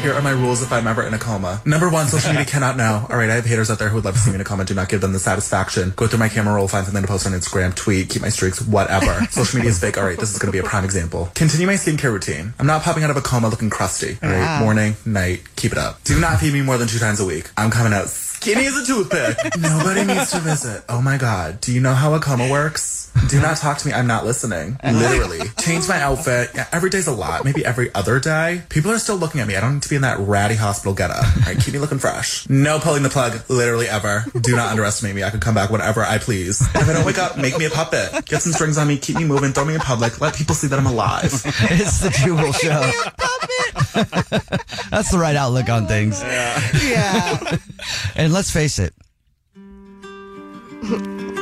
Here are my rules if I'm ever in a coma. Number one, social media cannot know. All right, I have haters out there who would love to see me in a coma. Do not give them the satisfaction. Go through my camera roll, find something to post on Instagram, tweet, keep my streaks, whatever. Social media is fake. All right, this is going to be a prime example. Continue my skincare routine. I'm not popping out of a coma looking crusty. All right, morning, night, keep it up. Do not feed me more than two times a week. I'm coming out skinny as a toothpick. Nobody needs to visit. Oh my god, do you know how a coma works? Do not talk to me. I'm not listening. Literally, change my outfit. Yeah, every day's a lot. Maybe every other day. People are still looking at me. I don't need to be in that ratty hospital getup. All right, keep me looking fresh. No pulling the plug, literally ever. Do not underestimate me. I could come back whenever I please. If I don't wake up, make me a puppet. Get some strings on me. Keep me moving. Throw me in public. Let people see that I'm alive. it's the Jewel Show. That's the right outlook on things. Yeah. And let's face it,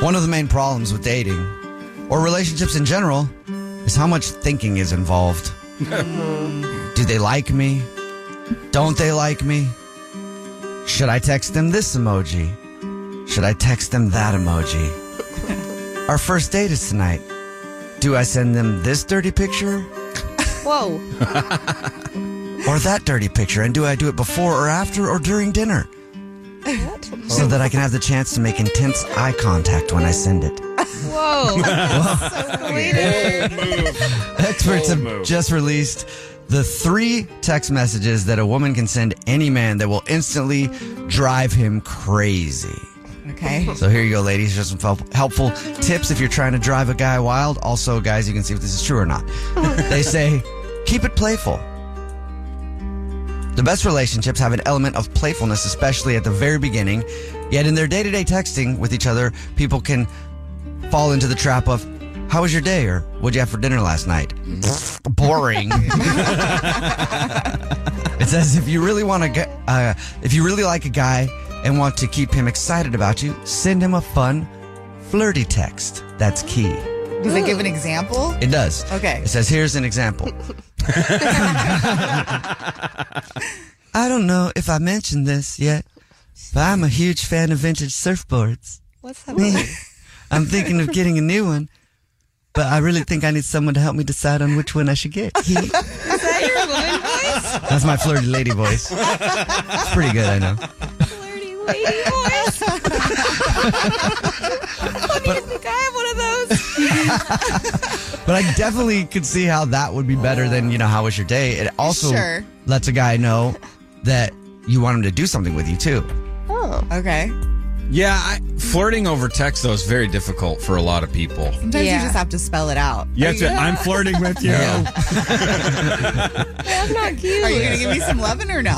one of the main problems with dating or relationships in general is how much thinking is involved. Do they like me? Don't they like me? Should I text them this emoji? Should I text them that emoji? Our first date is tonight. Do I send them this dirty picture Whoa. or that dirty picture? And do I do it before or after or during dinner? So that I can have the chance to make intense eye contact when I send it. Whoa. That's so deleted. Experts have just released the three text messages that a woman can send any man that will instantly drive him crazy. Okay. So here you go, ladies. Just some help- helpful tips if you're trying to drive a guy wild. Also, guys, you can see if this is true or not. they say, keep it playful. The best relationships have an element of playfulness, especially at the very beginning. Yet in their day to day texting with each other, people can fall into the trap of, how was your day? Or what'd you have for dinner last night? Boring. It says if you really want to get, uh, if you really like a guy and want to keep him excited about you, send him a fun, flirty text. That's key. Does it give an example? It does. Okay. It says here's an example. I don't know if I mentioned this yet, but I'm a huge fan of vintage surfboards. What's happening? I'm thinking of getting a new one, but I really think I need someone to help me decide on which one I should get. Is that your woman That's my flirty lady voice. It's pretty good, I know. voice? Flirty lady voice? Funniest think I have one of those. But I definitely could see how that would be better than, you know, how was your day? It also Sure. lets a guy know that you want him to do something with you too. Oh. Okay. Yeah, I, flirting over text though is very difficult for a lot of people. Sometimes Yeah. you just have to spell it out. You have to, I'm flirting with you. That's not cute. Are you going to give me some loving or no?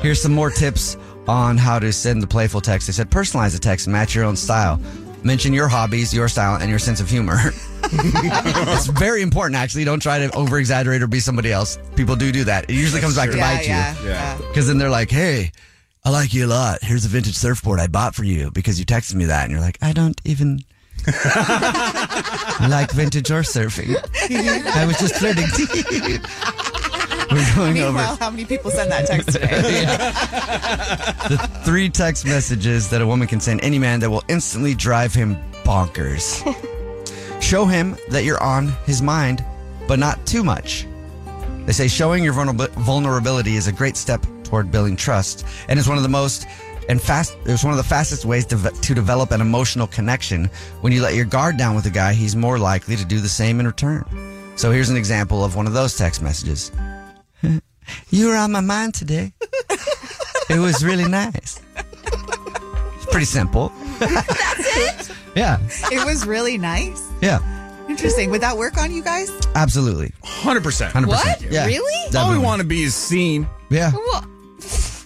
Here's some more tips on how to send the playful text. They said personalize the text and match your own style. Mention your hobbies, your style, and your sense of humor. it's very important, actually. Don't try to over exaggerate or be somebody else. People do do that. It usually comes back to yeah, bite you. yeah, Yeah. Because then they're like, hey, I like you a lot. Here's a vintage surfboard I bought for you because you texted me that. And you're like, I don't even. like vintage or surfing. I was just flirting. We're going over Meanwhile, how many people send that text today? the three text messages that a woman can send any man that will instantly drive him bonkers. Show him that you're on his mind, but not too much. They say showing your vulnerab- vulnerability is a great step toward building trust and is one of the most and fast it's one of the fastest ways to, ve- to develop an emotional connection. When you let your guard down with a guy, he's more likely to do the same in return. So here's an example of one of those text messages. you were on my mind today. It was really nice. It's pretty simple. That's it? Yeah. It was really nice. Yeah. Interesting. Would that work on you guys? Absolutely. 100%. 100%. What? Yeah. Really? All we want to be is seen. Yeah. What?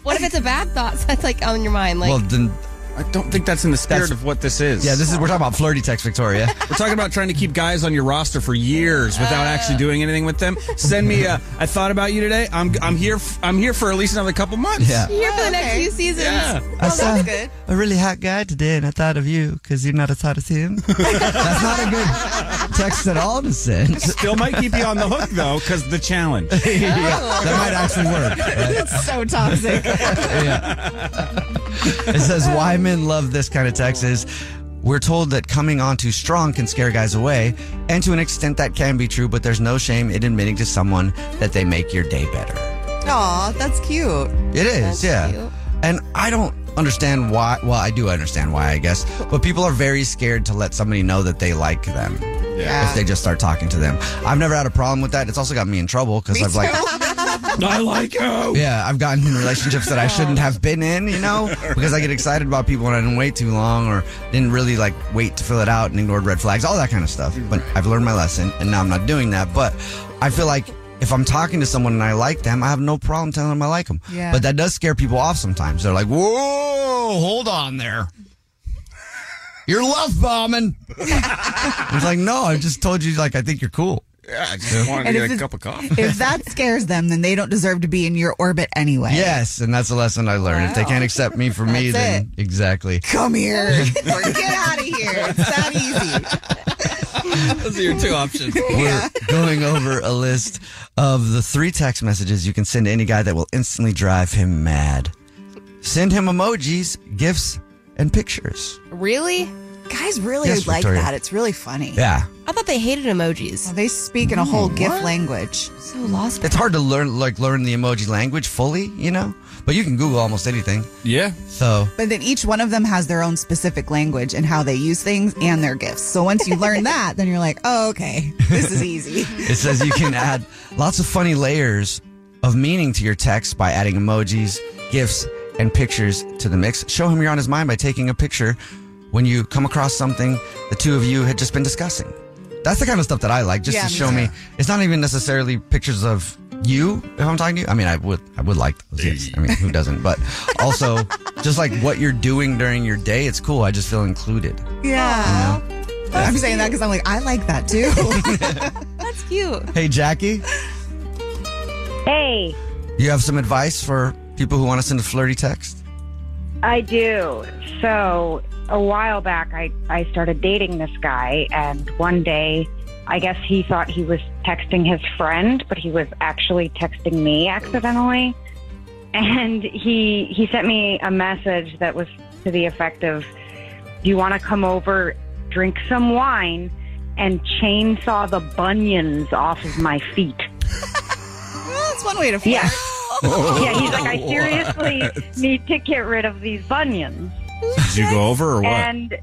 What if it's a bad thought that's like on your mind? Like, well, then I don't think that's in the spirit of what this is. Yeah, this is we're talking about flirty text, Victoria. We're talking about trying to keep guys on your roster for years without actually doing anything with them. Send me a I thought about you today. I'm I'm here f- I'm here for at least another couple months. Yeah. you're here for the next okay. few seasons. Yeah. I saw good. a really hot guy today, and I thought of you because you're not as hot as him. That's not a good text at all to send. Still might keep you on the hook though cuz the challenge. That might actually work. It's so toxic. It says why men love this kind of text is we're told that coming on too strong can scare guys away, and to an extent that can be true, but there's no shame in admitting to someone that they make your day better. Aw, that's cute. It is, That's yeah. cute. And I don't understand why. Well, I do understand why, I guess, but people are very scared to let somebody know that they like them. Yeah. If they just start talking to them, I've never had a problem with that. It's also got me in trouble because I've like I like you. yeah, I've gotten in relationships that I shouldn't have been in, you know, because I get excited about people and I didn't wait too long or didn't really like wait to fill it out and ignored red flags, all that kind of stuff. But I've learned my lesson and now I'm not doing that. But I feel like if I'm talking to someone and I like them, I have no problem telling them I like them. Yeah. But that does scare people off sometimes. They're like, whoa, hold on there. You're love bombing. it's like, no, I just told you, like, I think you're cool. Yeah, I just wanted to And get if a it's- cup of coffee. If that scares them, then they don't deserve to be in your orbit anyway. Yes, and that's a lesson I learned. If they can't accept me for me, That's then exactly. Come here. or get out of here. It's that easy. Those are your two options. We're going over a list of the three text messages you can send to any guy that will instantly drive him mad. Send him emojis, gifts, and pictures. Really? Guys really Yes, like Victoria. that. It's really funny. Yeah. I thought they hated emojis. They speak in a whole gift language. So lost. It's hard to learn like learn the emoji language fully, you know? But you can Google almost anything. Yeah. So But then each one of them has their own specific language and how they use things and their gifts. So once you learn that, then you're like, oh, okay, this is easy. it says you can add lots of funny layers of meaning to your text by adding emojis, gifts, and pictures to the mix. Show him you're on his mind by taking a picture when you come across something the two of you had just been discussing. That's the kind of stuff that I like, just Yeah, to me show me. It's not even necessarily pictures of you if I'm talking to you. I mean, I would, I would like those. Yes. I mean, who doesn't? But also, just like what you're doing during your day, it's cool. I just feel included. Yeah. I'm saying that because I'm like, I like that too. That's cute. Hey, Jackie, Hey, you have some advice for people who want to send a flirty text? I do. So a while back, I, I started dating this guy, and one day, I guess he thought he was texting his friend, but he was actually texting me accidentally. And he he sent me a message that was to the effect of, "Do you want to come over, drink some wine, and chainsaw the bunions off of my feet?" well, that's one way to flirt. Yeah. yeah, he's like, I seriously need to get rid of these bunions. Did you go over or what? And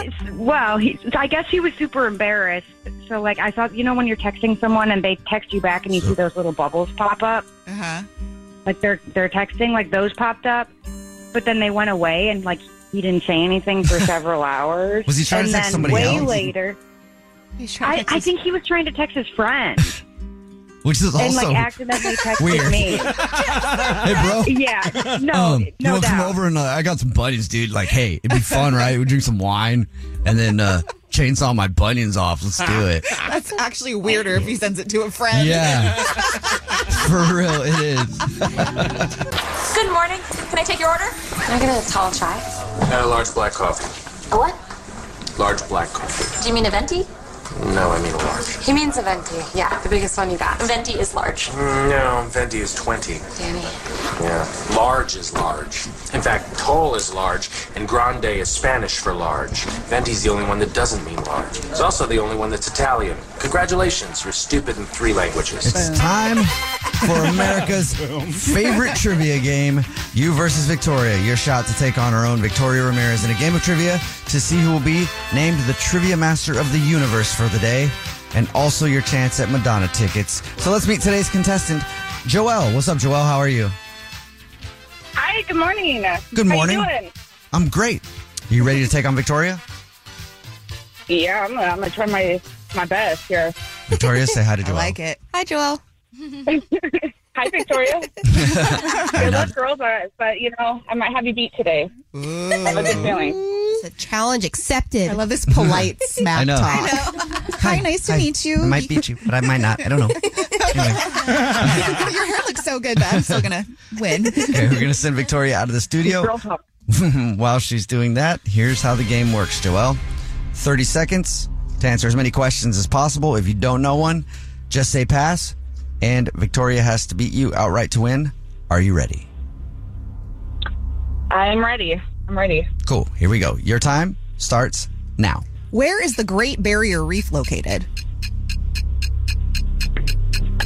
it's, well, he, I guess he was super embarrassed. So, like, I thought, you know, when you're texting someone and they text you back and you see those little bubbles pop up, Uh-huh. like they're they're texting, like those popped up, but then they went away and like he didn't say anything for several hours. Was he trying and to text then somebody way else? later, He's trying to I, I text- think he was trying to text his friend Which is and also like accidentally texted weird. me. Hey, bro. Yeah, no, um, you no wanna doubt. come over and uh, I got some buddies, dude. Like, hey, it'd be fun, right? We drink some wine and then uh, chainsaw my bunions off. Let's do it. That's actually weirder if he sends it to a friend. Yeah, for real, it is. Good morning. Can I take your order? Can I get a tall chai? And a large black coffee. A what? Large black coffee. Do you mean a venti? No, I mean large. He means a venti. Yeah, the biggest one you got. A venti is large. Mm, No, venti is 20. Danny. Yeah. Large is large. In fact, tall is large, and grande is Spanish for large. Venti's the only one that doesn't mean large. It's also the only one that's Italian. Congratulations, you're stupid in three languages. It's time for America's favorite trivia game, you versus Victoria. Your shot to take on our own Victoria Ramirez in a game of trivia to see who will be named the Trivia Master of the Universe for the day, and also your chance at Madonna tickets. So let's meet today's contestant, Joelle. What's up, Joelle? How are you? Hi, good morning. Good How you morning. doing? I'm great. You ready to take on Victoria? Yeah, I'm, I'm gonna try my my best here. Victoria, say hi to Joelle. it. Hi, Joel. Hi, Victoria. Good luck, girls, uh, but you know I might have you beat today. I have a good feeling. It's a challenge accepted. I love this polite smack I know. talk. I Hi, nice to Hi. meet you. I might beat you, but I might not. I don't know. Your hair looks so good, but I'm still gonna win. Okay, we're going to send Victoria out of the studio. While she's doing that, here's how the game works, Joelle. 30 seconds to answer as many questions as possible. If you don't know one, just say pass, and Victoria has to beat you outright to win. Are you ready? I'm ready. I'm ready. Cool. Here we go. Your time starts now. Where is the Great Barrier Reef located?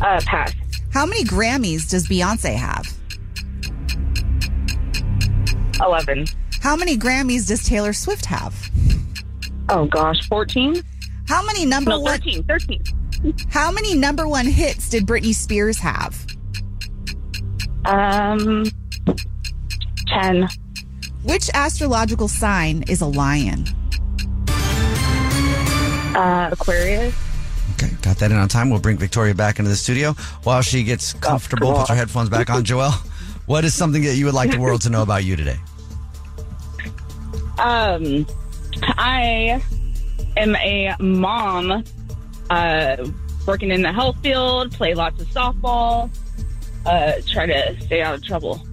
Uh, pass. How many Grammys does Beyonce have? Eleven. How many Grammys does Taylor Swift have? Oh gosh, fourteen. How many number No, one? 13, 13. How many number one hits did Britney Spears have? Um, ten. Which astrological sign is a lion? Uh, Aquarius. Got that in on time. We'll bring Victoria back into the studio while she gets comfortable. Put your headphones back on, Joelle. What is something that you would like the world to know about you today? Um, I am a mom, uh, working in the health field, play lots of softball, uh, try to stay out of trouble.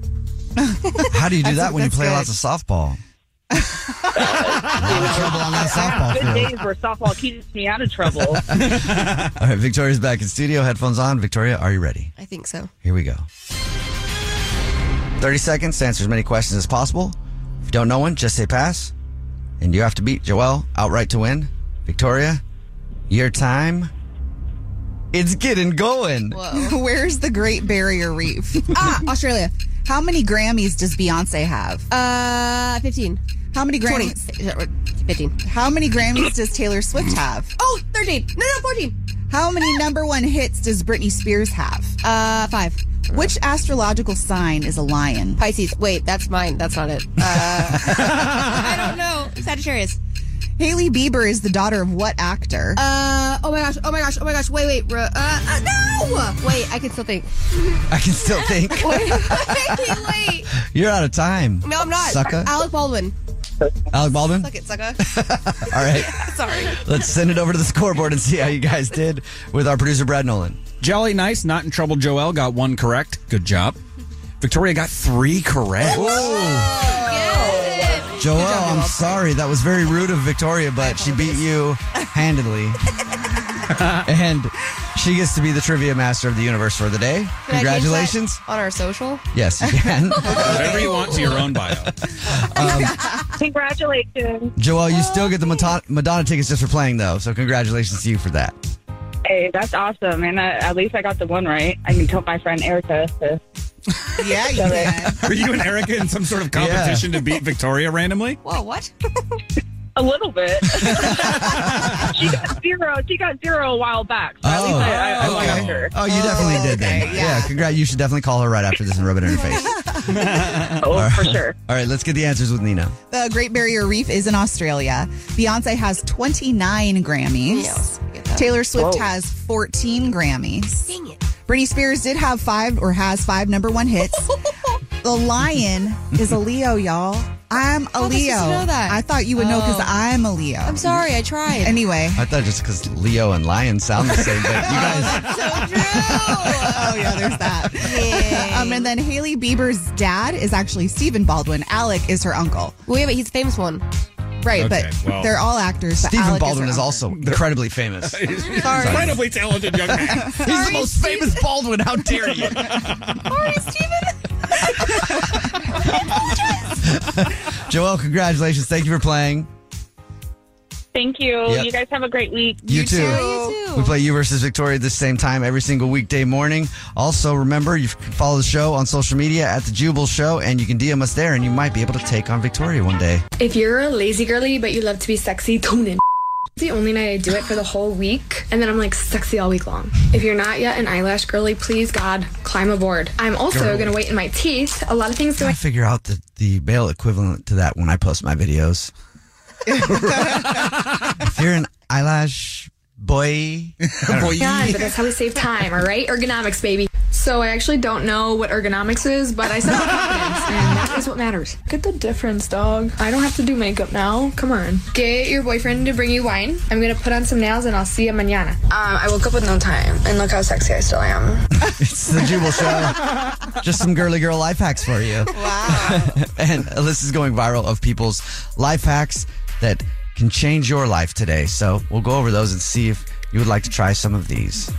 How do you do That's- that when you that's play good. lots of softball? softball Good field. days where softball keeps me out of trouble. All right, Victoria's back in studio. Headphones on. Victoria, are you ready? I think so. Here we go. 30 seconds to answer as many questions as possible. If you don't know one, just say pass. And you have to beat Joelle outright to win. Victoria, your time. It's getting going. Where's the Great Barrier Reef? ah, Australia. How many Grammys does Beyonce have? Uh, 15. How many Grammys? 15. How many Grammys does Taylor Swift have? Oh, 13. No, no, 14. How many number one hits does Britney Spears have? Uh, five. Which astrological sign is a lion? Pisces. Wait, that's mine. That's not it. Uh, I don't know. Sagittarius. Haley Bieber is the daughter of what actor? Uh, oh my gosh, oh my gosh, oh my gosh. Wait, wait. Uh, uh, no! Wait, I can still think. I can still think. wait, wait. You're out of time. No, I'm not. Sucker. Alec Baldwin. Alec Baldwin? Suck it, sucker. All right. Sorry. Let's send it over to the scoreboard and see how you guys did with our producer, Brad Nolan. Jolly Nice, Not in Trouble Joel got one correct. Good job. Victoria got three correct. Joelle, I'm sorry. That was very rude of Victoria, but she beat you handedly. and she gets to be the trivia master of the universe for the day. Can I change that Congratulations. On our social? Yes, you can. Whatever you want to your own bio. Um, Congratulations. Joelle, you still get the Madonna, Madonna tickets just for playing, though. So congratulations to you for that. Hey, that's awesome. And uh, at least I got the one right. I can tell my friend Erica to. Yeah, you can. Are you and Erica in some sort of competition to beat Victoria randomly? Whoa, what? A little bit. she got zero. She got zero a while back. So Oh. at least I, I, I won okay. on her. Oh, you definitely did then. Yeah, congrats. You should definitely call her right after this and rub it in her face. oh, for sure. All right, let's get the answers with Nina. The Great Barrier Reef is in Australia. Beyonce has 29 Grammys. Taylor Swift Whoa. has 14 Grammys. Dang it. Britney Spears did have five or has five number one hits. the Lion is a Leo, y'all. I'm a How am I supposed Leo. to know that? I thought you would know because Oh. I'm a Leo. I'm sorry, I tried. Anyway, I thought just because Leo and Lion sound the same, but you guys. oh yeah, there's that. um, and then Haley Bieber's dad is actually Stephen Baldwin. Alec is her uncle. Wait, but he's the famous one. Right, but they're all actors. but Stephen Alec Baldwin is is our- also incredibly famous. He's Sorry. Incredibly talented young man. He's the most famous Baldwin. How dare you? Joel, congratulations. Thank you for playing. Thank you. Yep. You guys have a great week. You, too. We play you versus Victoria at the same time every single weekday morning. Also, remember you can follow the show on social media at the Jubal Show, and you can DM us there, and you might be able to take on Victoria one day. If you're a lazy girly but you love to be sexy, tune in. It's the only night I do it for the whole week, and then I'm like sexy all week long. If you're not yet an eyelash girly, please God, climb aboard. I'm also Girl. gonna wait in my teeth. A lot of things do I I figure out the, the male equivalent to that when I post my videos. if you're an eyelash boy, boy. God, but that's how we save time, all right? Ergonomics, baby. So I actually don't know what ergonomics is, but I said with confidence, and that is what matters. Look at the difference, dog. I don't have to do makeup now. Come on. Get your boyfriend to bring you wine. I'm gonna put on some nails, and I'll see you mañana. Um, I woke up with no time, and look how sexy I still am. it's the Jubal Show. Oh. Just some girly girl life hacks for you. Wow. and this is going viral of people's life hacks that can change your life today. So we'll go over those and see if you would like to try some of these.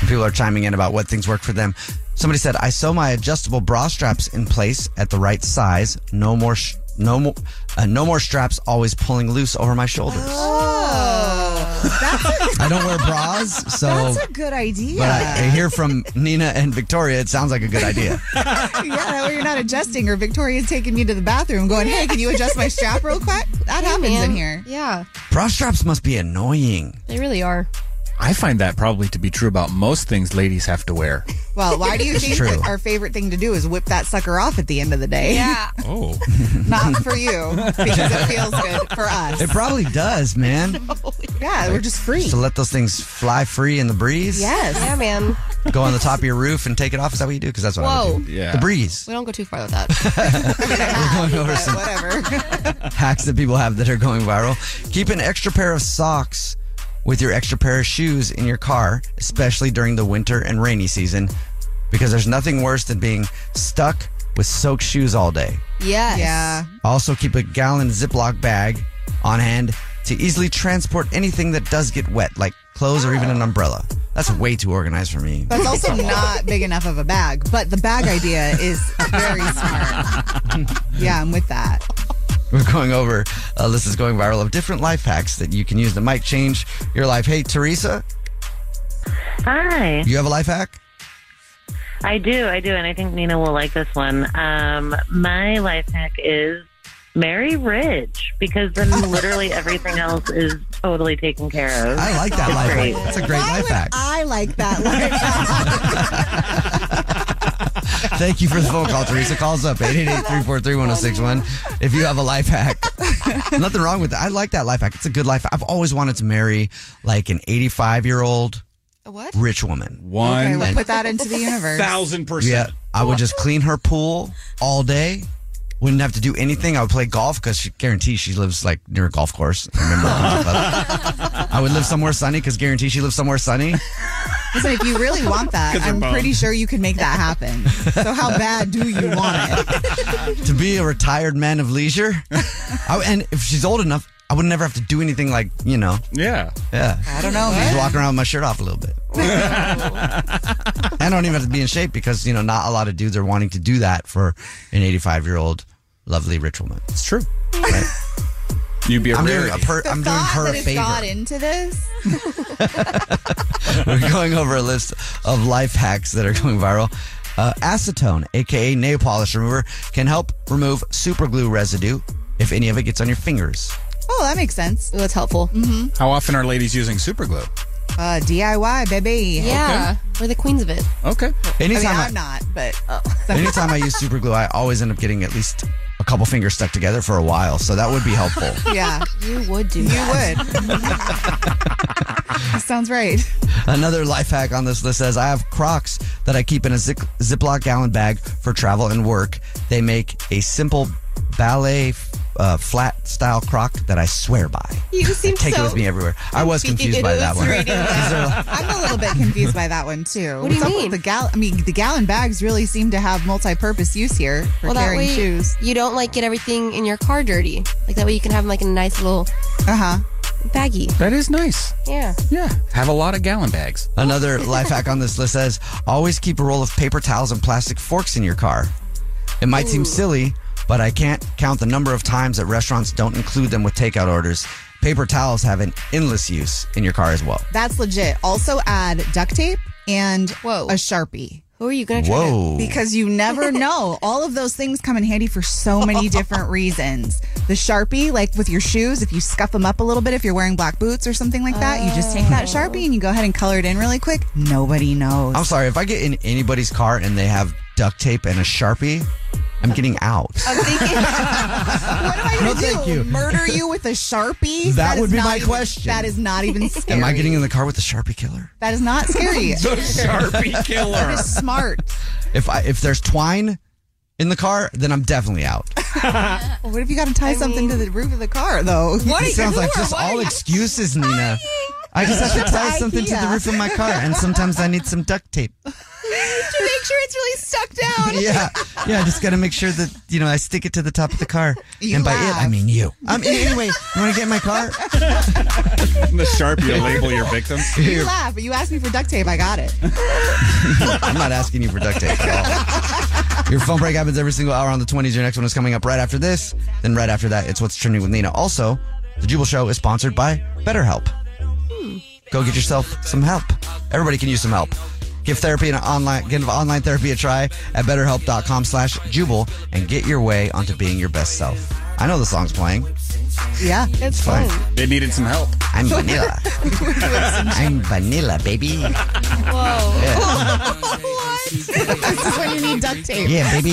People are chiming in about what things work for them. Somebody said, "I sew my adjustable bra straps in place at the right size. No more, sh- no more, uh, no more straps always pulling loose over my shoulders. Oh, that's I don't wear bras, so That's a good idea. But I, I hear from Nina and Victoria. It sounds like a good idea. yeah, that way you're not adjusting, or Victoria's taking me to the bathroom going, hey, can you adjust my strap real quick? That Yeah, happens man. in here. Yeah. Bra straps must be annoying. They really are. I find that probably to be true about most things ladies have to wear. Well, why do you It's think true. that our favorite thing to do is whip that sucker off at the end of the day? Yeah. Oh. Not for you, because it feels good for us. It probably does, man. Yeah, we're just free. Just to let those things fly free in the breeze. Yes. Yeah, man. Go on the top of your roof and take it off. Is that what you do? Because that's what I would Whoa. do. The breeze. We don't go too far with that. We're going over some hacks that people have that are going viral. Keep an extra pair of socks with your extra pair of shoes in your car, especially during the winter and rainy season, because there's nothing worse than being stuck with soaked shoes all day. Yes. Yeah. Also, keep a gallon Ziploc bag on hand to easily transport anything that does get wet, like clothes or even an umbrella. That's way too organized for me. That's also not big enough of a bag, but the bag idea is very smart. Yeah, I'm with that. We're going over a list that's going viral of different life hacks that you can use that might change your life. Hey, Teresa, Hi. you have a life hack? I do, I do, and I think Nina will like this one. Um, my life hack is marry rich because then literally everything else is totally taken care of. I like that It's life hack. great. That's a great life hack. I like that one. Thank you for the phone call, Teresa. Calls up 888-343-1061 if you have a life hack. Nothing wrong with that. I like that life hack. It's a good life hack. I've always wanted to marry like an 85-year-old what? rich woman. One Okay, we'll put that into the universe. thousand Yeah, percent. I would just clean her pool all day. Wouldn't have to do anything. I would play golf because she guarantees she lives like near a golf course. I remember. I would live somewhere sunny because guarantee she lives somewhere sunny. Listen, if you really want that, 'Cause they're I'm pretty boned. sure you can make that happen. So how bad do you want it? to be a retired man of leisure. I, and if she's old enough, I would never have to do anything like, you know. Yeah. Yeah. I don't know, Just man. walking around with my shirt off a little bit. I don't even have to be in shape because, you know, not a lot of dudes are wanting to do that for an 85 year old lovely rich woman. It's true. You'd be a I'm doing, a rarity. per, The I'm doing thought that her a has favor. got into this. We're going over a list of life hacks that are going viral. Uh, acetone, aka nail polish remover, can help remove super glue residue if any of it gets on your fingers. Oh, that makes sense. That's helpful. Mm-hmm. How often are ladies using super glue? Uh, DIY, baby. Yeah. We're the queens of it. Okay. I Anytime mean, I- I'm not, but oh. Anytime I use super glue, I always end up getting at least a couple fingers stuck together for a while. So that would be helpful. yeah, you would do. You would. Sounds right. Another life hack on this list says I have Crocs that I keep in a zip- Ziploc gallon bag for travel and work. They make a simple ballet f- uh, flat style crock that I swear by. You seem I take so it with me everywhere. I was confused by that one. reading that. I'm a little bit confused by that one too. What do you What's up with mean? The gal- I mean, the gallon bags really seem to have multi-purpose use here for well, that carrying way shoes. you don't like get everything in your car dirty. Like that way you can have like a nice little uh huh baggie. That is nice. Yeah. Yeah. Have a lot of gallon bags. Another life hack on this list says always keep a roll of paper towels and plastic forks in your car. It might seem silly, but I can't count the number of times that restaurants don't include them with takeout orders. Paper towels have an endless use in your car as well. That's legit. Also add duct tape and a sharpie. Who are you going to try to- Whoa. Because you never know. All of those things come in handy for so many different reasons. The Sharpie, like with your shoes, if you scuff them up a little bit, if you're wearing black boots or something like that, you just take that Sharpie and you go ahead and color it in really quick. Nobody knows. I'm sorry, if I get in anybody's car and they have duct tape and a Sharpie, I'm getting out. no, thank you. Murder you with a Sharpie? That would is be not my even- question. That is not even scary. Am I getting in the car with the Sharpie killer? that is not scary. The Sharpie killer. That is smart. If I if there's twine in the car, then I'm definitely out. Well, what if you got to tie something to the roof of the car, though? It sounds like just all excuses, Nina. I just have to tie something to the roof of my car, and sometimes I need some duct tape. to make sure it's really stuck down. Yeah, yeah. I just got to make sure that you know I stick it to the top of the car, You and by it I laugh. mean you. Um, anyway, you want to get in my car? the Sharpie to label your victim. You laugh, but you asked me for duct tape. I got it. I'm not asking you for duct tape at all. Your phone break happens every single hour on the 20s. Your next one is coming up right after this. Then right after that, it's what's trending with Nina. Also, the Jubal Show is sponsored by BetterHelp. Go get yourself some help. Everybody can use some help. Give therapy an online give online therapy a try at betterhelp.com slash jubal and get your way onto being your best self. I know the song's playing. Yeah, it's fine. They needed some help. I'm vanilla. I'm vanilla, baby. Whoa. Yeah. this is when you need duct tape. Yeah, baby.